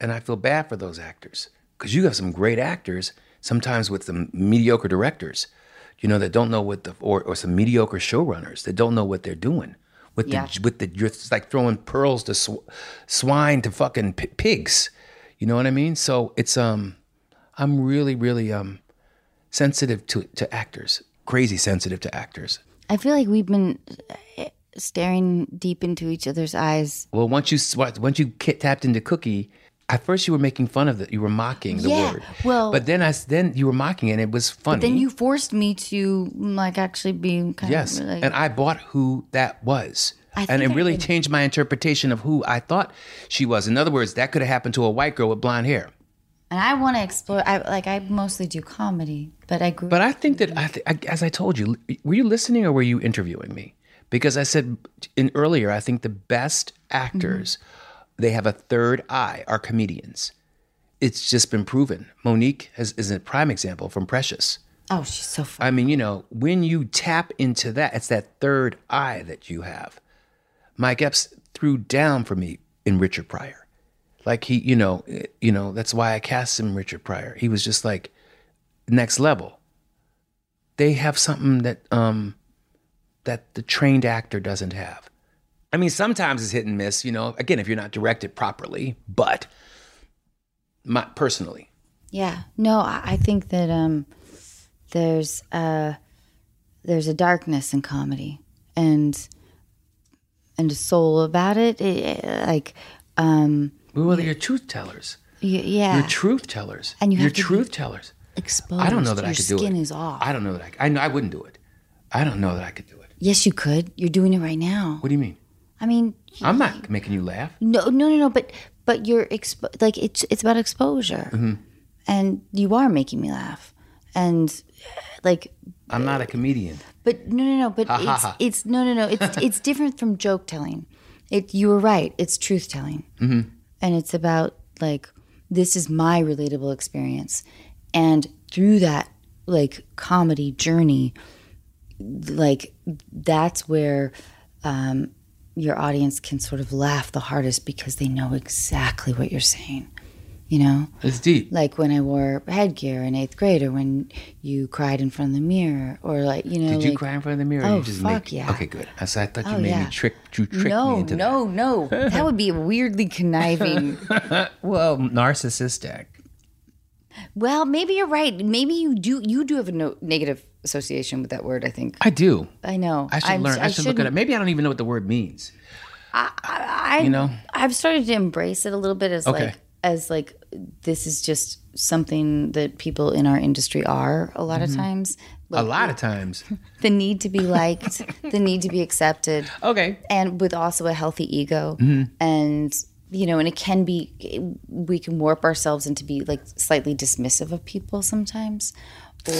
And I feel bad for those actors because you have some great actors, sometimes with some mediocre directors, you know, that don't know what the, or, or some mediocre showrunners that don't know what they're doing with
Yeah.
the, with the, you're it's like throwing pearls to sw- swine to fucking p- pigs. You know what I mean? So it's, um, I'm really, really, um, sensitive to, to actors, crazy sensitive to actors.
I feel like we've been uh, staring deep into each other's eyes.
Well, once you, sw- once you ki- tapped into cookie, at first you were making fun of it. You were mocking the
Yeah,
word.
well-
but then I, s- then you were mocking it and it was funny.
Then you forced me to like actually be kind
Yes.
of like,
and I bought who that was.
I
and it
think I
really
did.
changed my interpretation of who I thought she was. In other words, that could have happened to a white girl with blonde hair.
and I want to explore. I like I mostly do comedy, but I grew.
But I think that I th- I, as I told you, were you listening or were you interviewing me? Because I said in earlier, I think the best actors,
Mm-hmm.
they have a third eye, are comedians. It's just been proven. Monique has, is a prime example from Precious.
oh, she's so funny.
I mean, you know, when you tap into that, it's that third eye that you have. Mike Epps threw down for me in Richard Pryor. Like he, you know, eh, you know, that's why I cast him in Richard Pryor. He was just like next level. They have something that um that the trained actor doesn't have. I mean, sometimes it's hit and miss, you know, again, if you're not directed properly, but my personally,
Yeah. No, I, I think that um, there's a there's a darkness in comedy and and a soul about it. It- it- like um,
We Well, you're truth tellers.
Y- yeah.
You're truth tellers.
And you
are
have to be
truth tellers.
Exposed.
I don't know that
Your
I could do it.
skin is off.
I don't know that I. I know I wouldn't do it. I don't know that I could do it.
yes, you could. You're doing it right now.
What do you mean?
I mean,
I'm not making you laugh.
No, no, no, no. But but you're expo- like it's it's about exposure, and you are making me laugh, and like
I'm not a comedian.
but no, no, no. But
Ha, ha,
it's
ha.
it's no, no, no. It's it's different from joke telling. It you were right. It's truth telling,
Mm-hmm.
and it's about like this is my relatable experience, and through that like comedy journey, like that's where um, your audience can sort of laugh the hardest because they know exactly what you're saying. You know,
It's deep.
like when I wore headgear in eighth grade, or when you cried in front of the mirror, or like you know,
Did you
like-
cry in front of the mirror? or
Oh,
you just
fuck
make,
yeah.
Okay, good. I, said- I thought you
Oh,
made
yeah.
me trick. You tricked
no,
me into
no, no. That would be weirdly conniving.
that. Well, narcissistic.
well, maybe you're right. Maybe you do. You do have a no, negative association with that word. I think.
I do.
I know.
I should
I'm-
learn. I, should look it
shouldn't-
up. Maybe I don't even know what the word means.
I,
You know?
I've started to embrace it a little bit as
Okay.
like as like this is just something that people in our industry are a lot of times.
Mm-hmm. A lot of times.
The need to be liked, the need to be accepted.
Okay.
and with also a healthy ego
Mm-hmm.
and you know and it can be we can warp ourselves into be like slightly dismissive of people sometimes or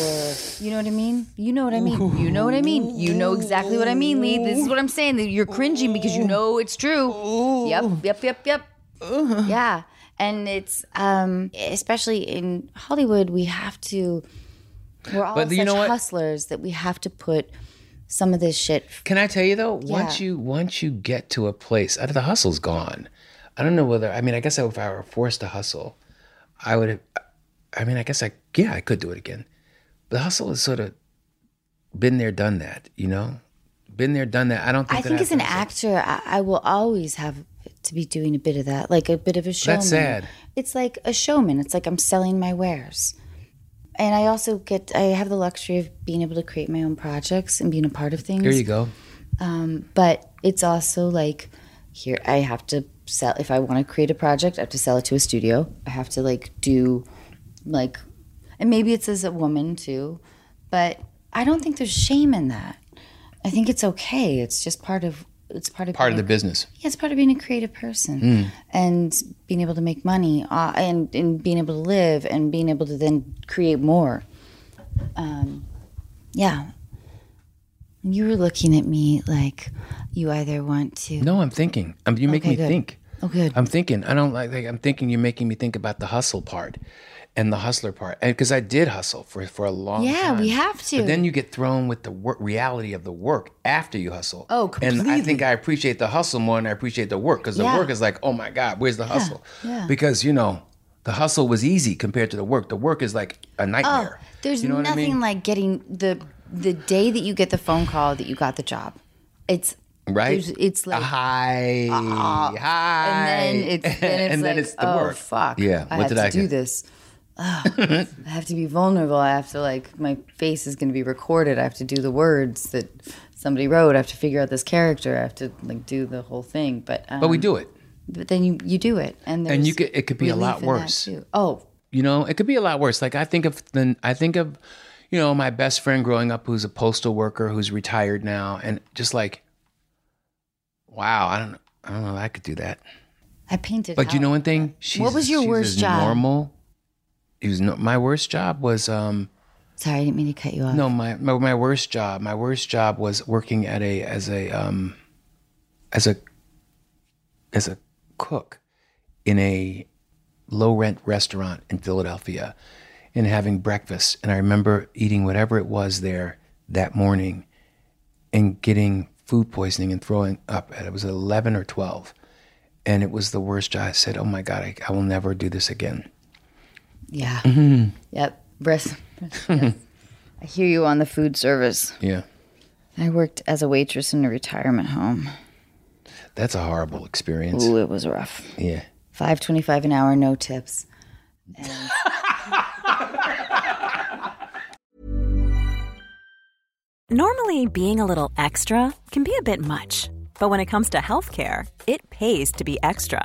you know what i mean you know what i mean you know what i mean you know exactly what i mean lee this is what i'm saying that you're cringing because you know it's true yep yep yep yep yeah and it's um especially in hollywood we have to we're all
But
such
you know what?
hustlers that we have to put some of this shit
Can I tell you though? Once
Yeah.
you once you get to a place, out of the hustle's gone. I don't know whether I mean I guess if I were forced to hustle, I would. have I mean I guess I yeah I could do it again. But the hustle has sort of been there, done that. You know, been there, done that. I don't think.
I
that
think
I
as an
have to-
actor, I, I will always have to be doing a bit of that, like a bit of a showman.
That's sad.
It's like a showman. It's like I'm selling my wares. And I also get, I have the luxury of being able to create my own projects and being a part of things.
There you go.
But it's also like, here, I have to sell, if I want to create a project, I have to sell it to a studio. I have to like do, like, and maybe it's as a woman too, but I don't think there's shame in that. I think it's okay. It's just part of, it's part of
Part of
being
the
a
business.
yeah, it's part of being a creative person
Hmm.
and being able to make money uh, and, and being able to live and being able to then create more. Um, yeah. You were looking at me like you either want to.
No, I'm thinking. Um, you make
Okay,
me
good.
think.
Oh, good.
I'm thinking. I don't like, like. I'm thinking. You're making me think about the hustle part, and the hustler part, and because I did hustle for for a long
Yeah,
time.
we have to.
But then you get thrown with the work, reality of the work after you hustle.
Oh,
And I think I appreciate the hustle more than I appreciate the work because the
Yeah.
work is like, oh my god, where's the hustle?
yeah.
Because you know, the hustle was easy compared to the work. The work is like a nightmare.
Oh, There's
you know
nothing
what I mean?
like getting the the day that you get the phone call that you got the job. It's
right.
there's- It's like uh-uh.
hi, hi,
and then it's then it's
And
like
then it's the
oh
work.
fuck
Yeah,
I
what
have
did
to
I
do
get?
this Ugh, I have to be vulnerable I have to like my face is going to be recorded I have to do the words that somebody wrote I have to figure out this character I have to like do the whole thing but um,
But we do it.
but then you you do it and
And you
there's
could- it could be a
relief
lot
in that,
worse.
too. oh
you know it could be a lot worse like i think of then i think of you know my best friend growing up who's a postal worker who's retired now and just like wow i don't i don't know if i could do that
I painted
but you
out.
know one thing she's,
What was your
she's
worst
as
job?
normal it was no, my worst job was um
sorry I didn't mean to cut you off
no my, my my worst job my worst job was working at a as a um as a as a cook in a low rent restaurant in Philadelphia and having breakfast. And I remember eating whatever it was there that morning and getting food poisoning and throwing up. And it was 11 or 12. And it was the worst. job. I said, Oh my God, I, I will never do this again.
yeah
Mm-hmm.
yep breast yes. I hear you on the food service
Yeah.
I worked as a waitress in a retirement home
That's a horrible experience.
ooh it was rough
Yeah.
Five twenty-five an hour, no tips.
Normally, being a little extra can be a bit much, but when it comes to healthcare, it pays to be extra.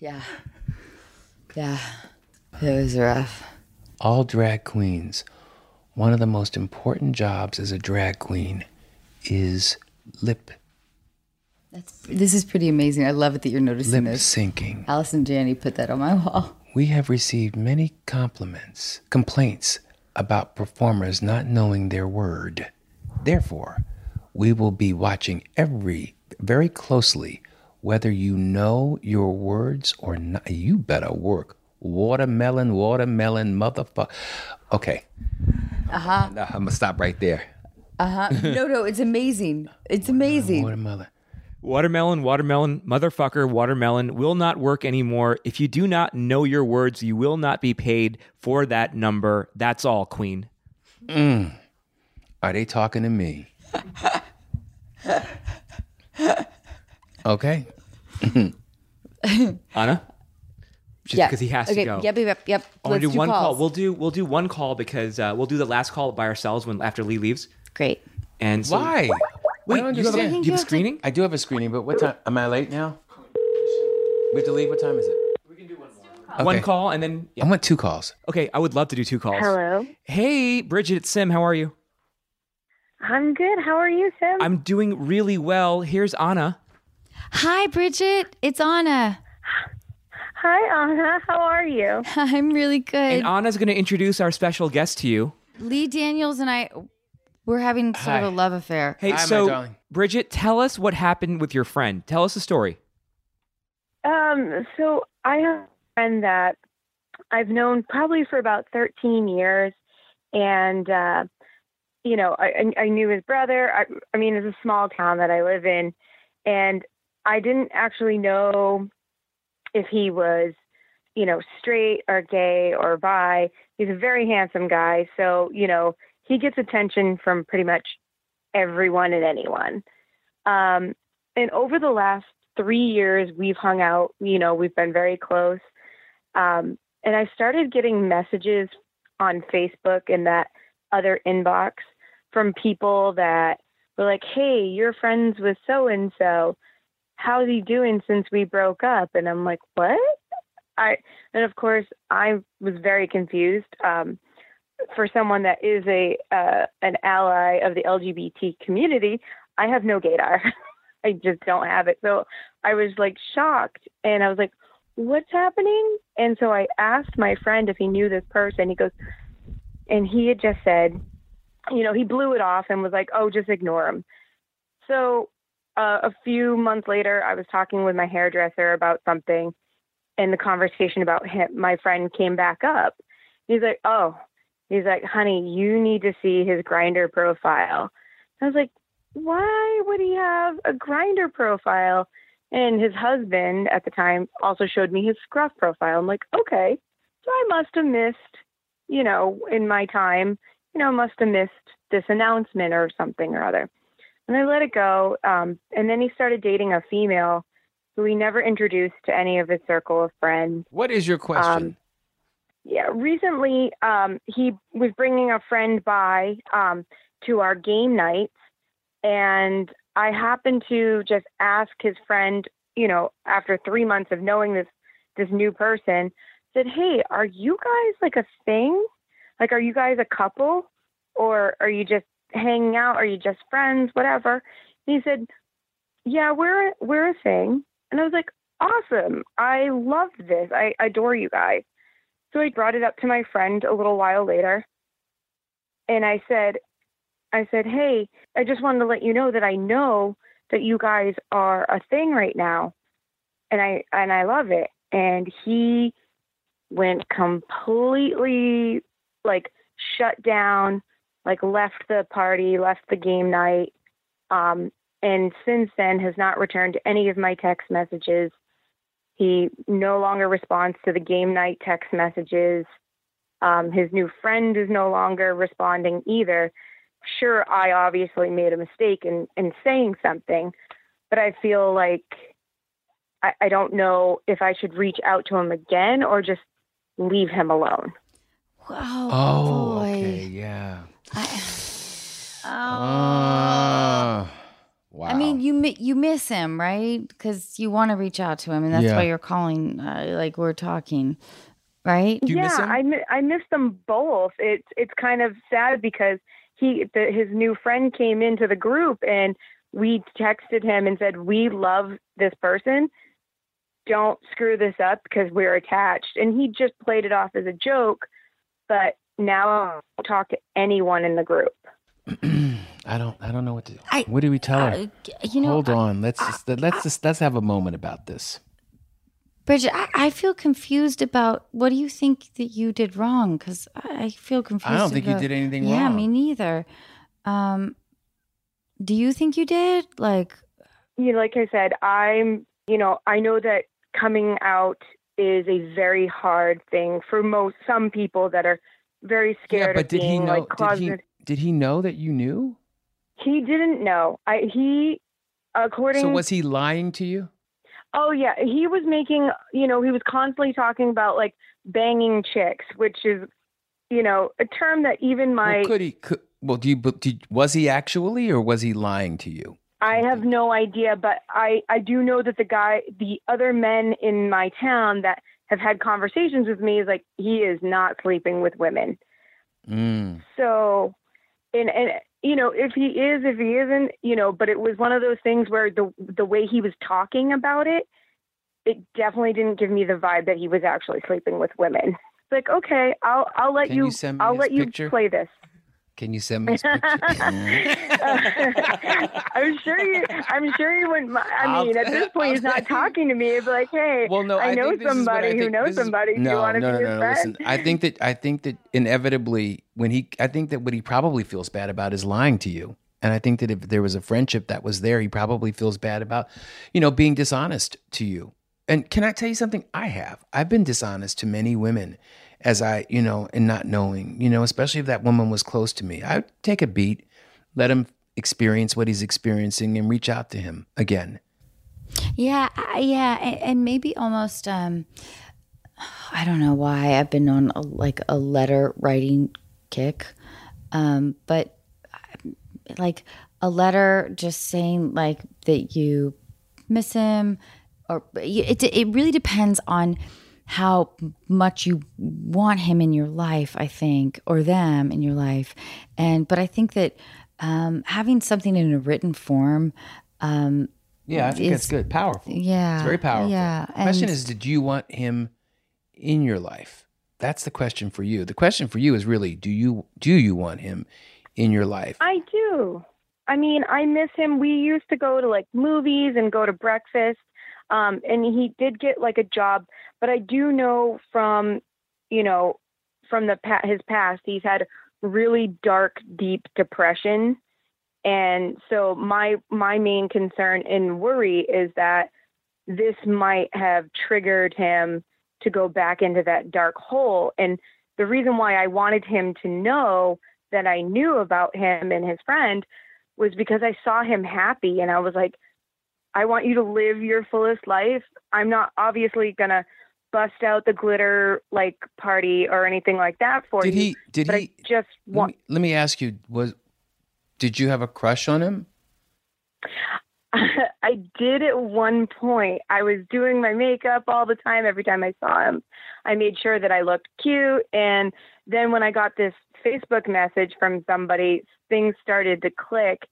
Yeah. Yeah. It was rough.
All drag queens, one of the most important jobs as a drag queen is lip
This is pretty amazing. I love it that you're noticing
lip
this.
syncing.
Allison Janney put that on my wall.
We have received many compliments, complaints about performers not knowing their word. Therefore, we will be watching every very closely whether you know your words or not. You better work. Watermelon, watermelon, motherfucker. Okay,
Uh huh.
now I'm gonna stop right there.
Uh huh. No, no, it's amazing. It's amazing.
Watermelon.
Watermelon, watermelon, motherfucker, watermelon will not work anymore. If you do not know your words, you will not be paid for that number. That's all, Queen.
Mm. Are they talking to me? okay.
Anna? Just because he has
okay.
to go.
Yep, yep, yep.
I want
Let's
to do, one
calls.
call. We'll do we'll do one call because uh, we'll do the last call by ourselves when after Lee leaves.
Great.
And so,
Why?
Wait,
I don't
you have, a,
understand.
you have a screening?
I do have a screening, but what time? Am I late now? We have to leave. What time is it? We can do
uh,
one more.
One call and then yeah.
I want two calls.
okay. I would love to do two calls.
Hello.
Hey, Bridget, it's Sim. How are you?
I'm good. How are you, Sam?
I'm doing really well. Here's Anna.
Hi, Bridget. It's Anna. Hi, Anna. How are you?
I'm really good.
And Anna's going to introduce our special guest to you.
Lee Daniels and I, we're having sort
Hi.
of a love affair.
Hey,
Hi, my
so
darling.
Bridget, tell us what happened with your friend. Tell us the story.
Um, so I have a friend that I've known probably for about 13 years, and uh, you know, I, I I knew his brother. I, I mean, it's a small town that I live in, and I didn't actually know if he was, you know, straight or gay or bi. He's a very handsome guy, so you know, he gets attention from pretty much everyone and anyone. Um, and over the last three years, we've hung out. You know, we've been very close. Um, and I started getting messages on Facebook in that other inbox from people that were like, "Hey, you're friends with so and so. How's he doing since we broke up?" And I'm like, "What?" I and of course I was very confused. Um, for someone that is a uh, an ally of the LGBT community, I have no gaydar. I just don't have it. So I was like shocked and I was like, what's happening? And so I asked my friend if he knew this person. He goes, and he had just said, you know, he blew it off and was like, oh, just ignore him. So uh, a few months later, I was talking with my hairdresser about something and the conversation about him, my friend came back up. He's like, oh, he's like, honey, you need to see his grinder profile. I was like, why would he have a grinder profile? And his husband at the time also showed me his scruff profile. I'm like, okay, so I must have missed, you know, in my time, you know, must have missed this announcement or something or other. And I let it go. Um, and then he started dating a female who he never introduced to any of his circle of friends.
What is your question?
Yeah, recently um, he was bringing a friend by um, to our game night, and I happened to just ask his friend, you know, after three months of knowing this this new person, said, "Hey, are you guys like a thing? Like, are you guys a couple, or are you just hanging out? Are you just friends? Whatever." And he said, "Yeah, we're we're a thing," and I was like, "Awesome! I love this. I adore you guys." So I brought it up to my friend a little while later. And I said, I said, hey, I just wanted to let you know that I know that you guys are a thing right now. And I and I love it. And he went completely like shut down, like left the party, left the game night. Um, and since then has not returned to any of my text messages. He no longer responds to the game night text messages. Um, his new friend is no longer responding either. Sure, I obviously made a mistake in, in saying something, but I feel like I, I don't know if I should reach out to him again or just leave him alone.
Wow.
Oh, okay, yeah. Ah, wow.
uh, I mean, you mi- you miss him, right? Because you want to reach out to him, and that's
Yeah.
why you're calling. Uh, like we're talking, right?
yeah, I mi- I miss them both. It's it's kind of sad because he the, his new friend came into the group and we texted him and said we love this person. Don't screw this up because we're attached. And he just played it off as a joke, but now I don't talk to anyone in the group.
I don't. I don't know what to. do. what do we tell her?
Uh, you know,
Hold on. Let's just, let's just let's have a moment about this.
Bridget, I, I feel confused about what do you think that you did wrong? Because I, I feel confused.
think you
about-
did anything
Yeah,
wrong.
me neither. Um, do you think you did? Like,
you know, like I said, I'm, you know, I know that coming out is a very hard thing for most some people that are very scared
but
of
did
being
he know?
like
did he?
closeted.
Did he know that you knew?
He, didn't know. I he according
So was he lying to you?
Oh yeah, he was making, you know, he was constantly talking about like banging chicks, which is, you know, a term that even my
well, could he? Could, well, do you? But did, was he actually, or was he lying to you?
I have no idea, but I, I do know that the guy, the other men in my town that have had conversations with me is like, he is not sleeping with women.
Mm.
So, and, and, you know, if he is, if he isn't, you know, but it was one of those things where the, the way he was talking about it, it definitely didn't give me the vibe that he was actually sleeping with women. It's like, okay, I'll, I'll let
Can
you,
you send me
I'll
his
let
picture?
you play this.
Can you send me his picture? Mm.
I'm sure you. I'm sure you wouldn't. mi- I mean,
I'll-
at this point, he's not talking to me. He'd be like, "Hey,
well, no,
I,
I
know
think this is what
somebody
I
who
think-
knows
this is-
somebody. Do you
No,
want to
no,
be
no,
his
no, no.
friend?"
Listen, I think that I think that inevitably when he, I think that what he probably feels bad about is lying to you, and I think that if there was a friendship that was there, he probably feels bad about, you know, being dishonest to you. And can I tell you something? I have. I've been dishonest to many women, as I, you know, and not knowing, you know, especially if that woman was close to me. I would take a beat, let him experience what he's experiencing, and reach out to him again.
yeah, I, yeah, and, and maybe almost. Um, I don't know why I've been on a, like a letter writing kick, um, but um, like a letter just saying like that you miss him or it, it really depends on how much you want him in your life i think or them in your life and but i think that um, having something in a written form um,
Yeah, I think
is-
that's good. Powerful.
yeah,
It's very powerful.
yeah,
The question
and-
is, did you want him in your life? That's the question for you. The question for you is really, do you do you want him in your life?
I do. I mean, I miss him. We used to go to like movies and go to breakfast. Um, and he did get like a job, but I do know from, you know, from the pa- his past, he's had really dark, deep depression. And so my my main concern and worry is that this might have triggered him to go back into that dark hole. And the reason why I wanted him to know that I knew about him and his friend was because I saw him happy and I was like, I want you to live your fullest life. I'm not obviously gonna bust out the glitter like party or anything like that for
Did
you.
he- did
but
he-
I just
Let
want
me, let me ask you, was did you have a crush on him?
I did at one point. I was doing my makeup all the time. Every time I saw him, I made sure that I looked cute. And then when I got this Facebook message from somebody, things started to click.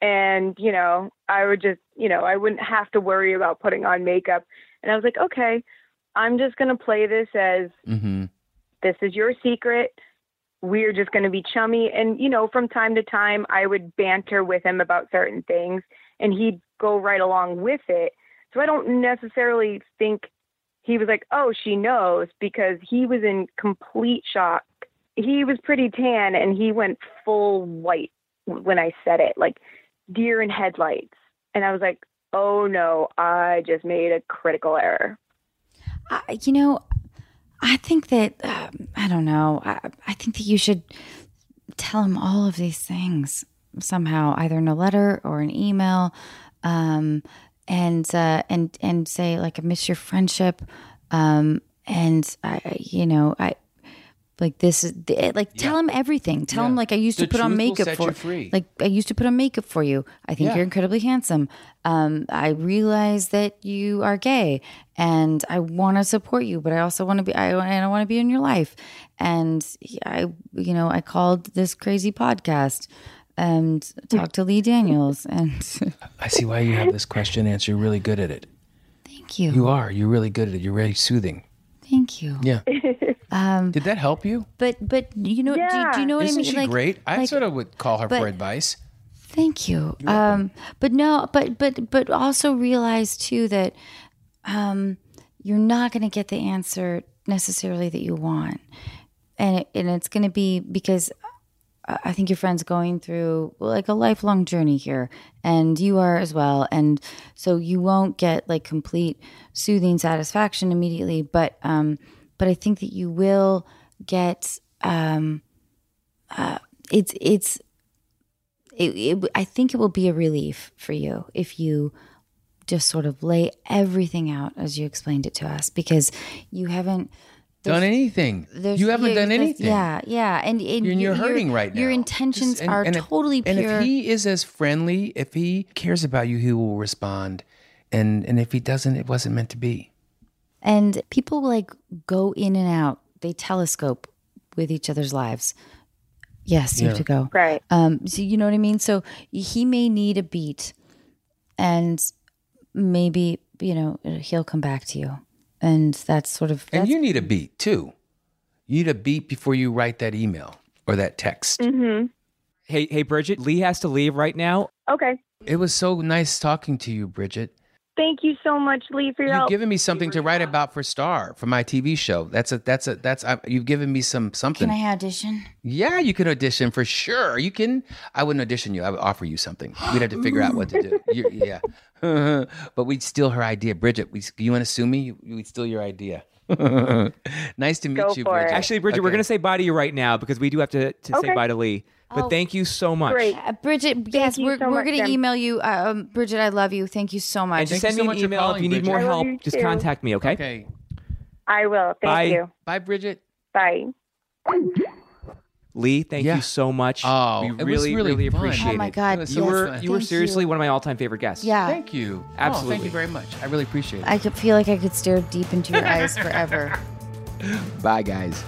And, you know, I would just, you know, I wouldn't have to worry about putting on makeup. And I was like, okay, I'm just going to play this as
Mm-hmm.
this is your secret. We're just going to be chummy. And, you know, from time to time, I would banter with him about certain things and he'd go right along with it. So I don't necessarily think he was like, oh, she knows, because he was in complete shock. He was pretty tan and he went full white when I said it, like deer in headlights. And I was like, oh no, I just made a critical error.
I, you know, I think that um, I don't know. I, I think that you should tell him all of these things somehow, either in a letter or an email, um, and uh, and and say like I miss your friendship, um, and I, I- you know, I like this is th- eh, like tell him everything. Tell him
Yeah.
like I used
The
to put on
truth will
makeup
set
for
you free.
like I used to put on makeup for you. I think
Yeah.
you're incredibly handsome. Um, I realize that you are gay, and I want to support you, but I also want to be. I, I don't want to be in your life. And I, you know, I called this crazy podcast and talked to Lee Daniels, and
I see why you have this question answer. You're really good at it.
Thank you.
You are. You're really good at it. You're really soothing.
thank you.
Yeah.
Um,
Did that help you?
but but you know, do, do you know what
Isn't
I mean?
she great? I
like-
sort of would call her for
but-
advice.
Thank you. Um, but no, but but but also realize too that um, you're not going to get the answer necessarily that you want, and it, and it's going to be because I I think your friend's going through like a lifelong journey here, and you are as well, and so you won't get like complete soothing satisfaction immediately, but um, but I think that you will get um, uh, it's it's it, it, I think it will be a relief for you if you just sort of lay everything out as you explained it to us because you haven't
Done anything.
there's-
You haven't
yeah,
done
there's-
anything.
Yeah, yeah, and, and
You're-
you-
you're hurting right
Your
now.
intentions
And-
are
and if-
totally
and
pure.
if he is as friendly, if he cares about you, he will respond. And and if he doesn't, it wasn't meant to be.
And people like go in and out. They telescope with each other's lives. Yes, you have
Yeah.
to go.
Right.
Um, so you know what I mean? So he may need a beat and maybe, you know, he'll come back to you. And that's sort of
And you need a beat too. You need a beat before you write that email or that text.
Mm-hmm.
Hey, hey, Bridget, Lee has to leave right now.
Okay.
It was so nice talking to you, Bridget.
Thank you so much, Lee, for your
You've
help.
given me something to write about for Star for my TV show. That's a that's a that's I, you've given me some something.
Can I audition?
yeah, you can audition for sure. Are you kidding? I wouldn't audition you. I would offer you something. We'd have to figure out what to do. You, yeah, but we'd steal her idea, Bridget. We, you want to sue me? You- We'd steal your idea. nice to meet you, Bridget.
Actually, Bridget, we're
Okay.
going to say bye to you right now because we do have to, to
Okay.
say bye to Lee. But
Oh,
thank you so much.
Uh, Bridget, yes, we're,
so
we're
much,
going to
Jen.
email you. Uh, um, Bridget, I love you. Thank you so much.
And just send me an email if you need more
Bridget. I love
help.
you
Just
too.
contact me, okay?
Okay.
I will. Thank
Bye.
you.
Bye, Bridget.
Bye.
Lee, thank you so much.
Oh,
we
it was
really,
really
really
fun.
appreciate it.
Oh my God, It was so
you
much
were
fun.
you were
Thank
seriously
you.
one of my all time favorite guests.
Yeah.
Thank you. Oh, thank
Absolutely.
you very much. I really appreciate it.
I could feel like I could stare deep into your eyes forever.
Bye, guys.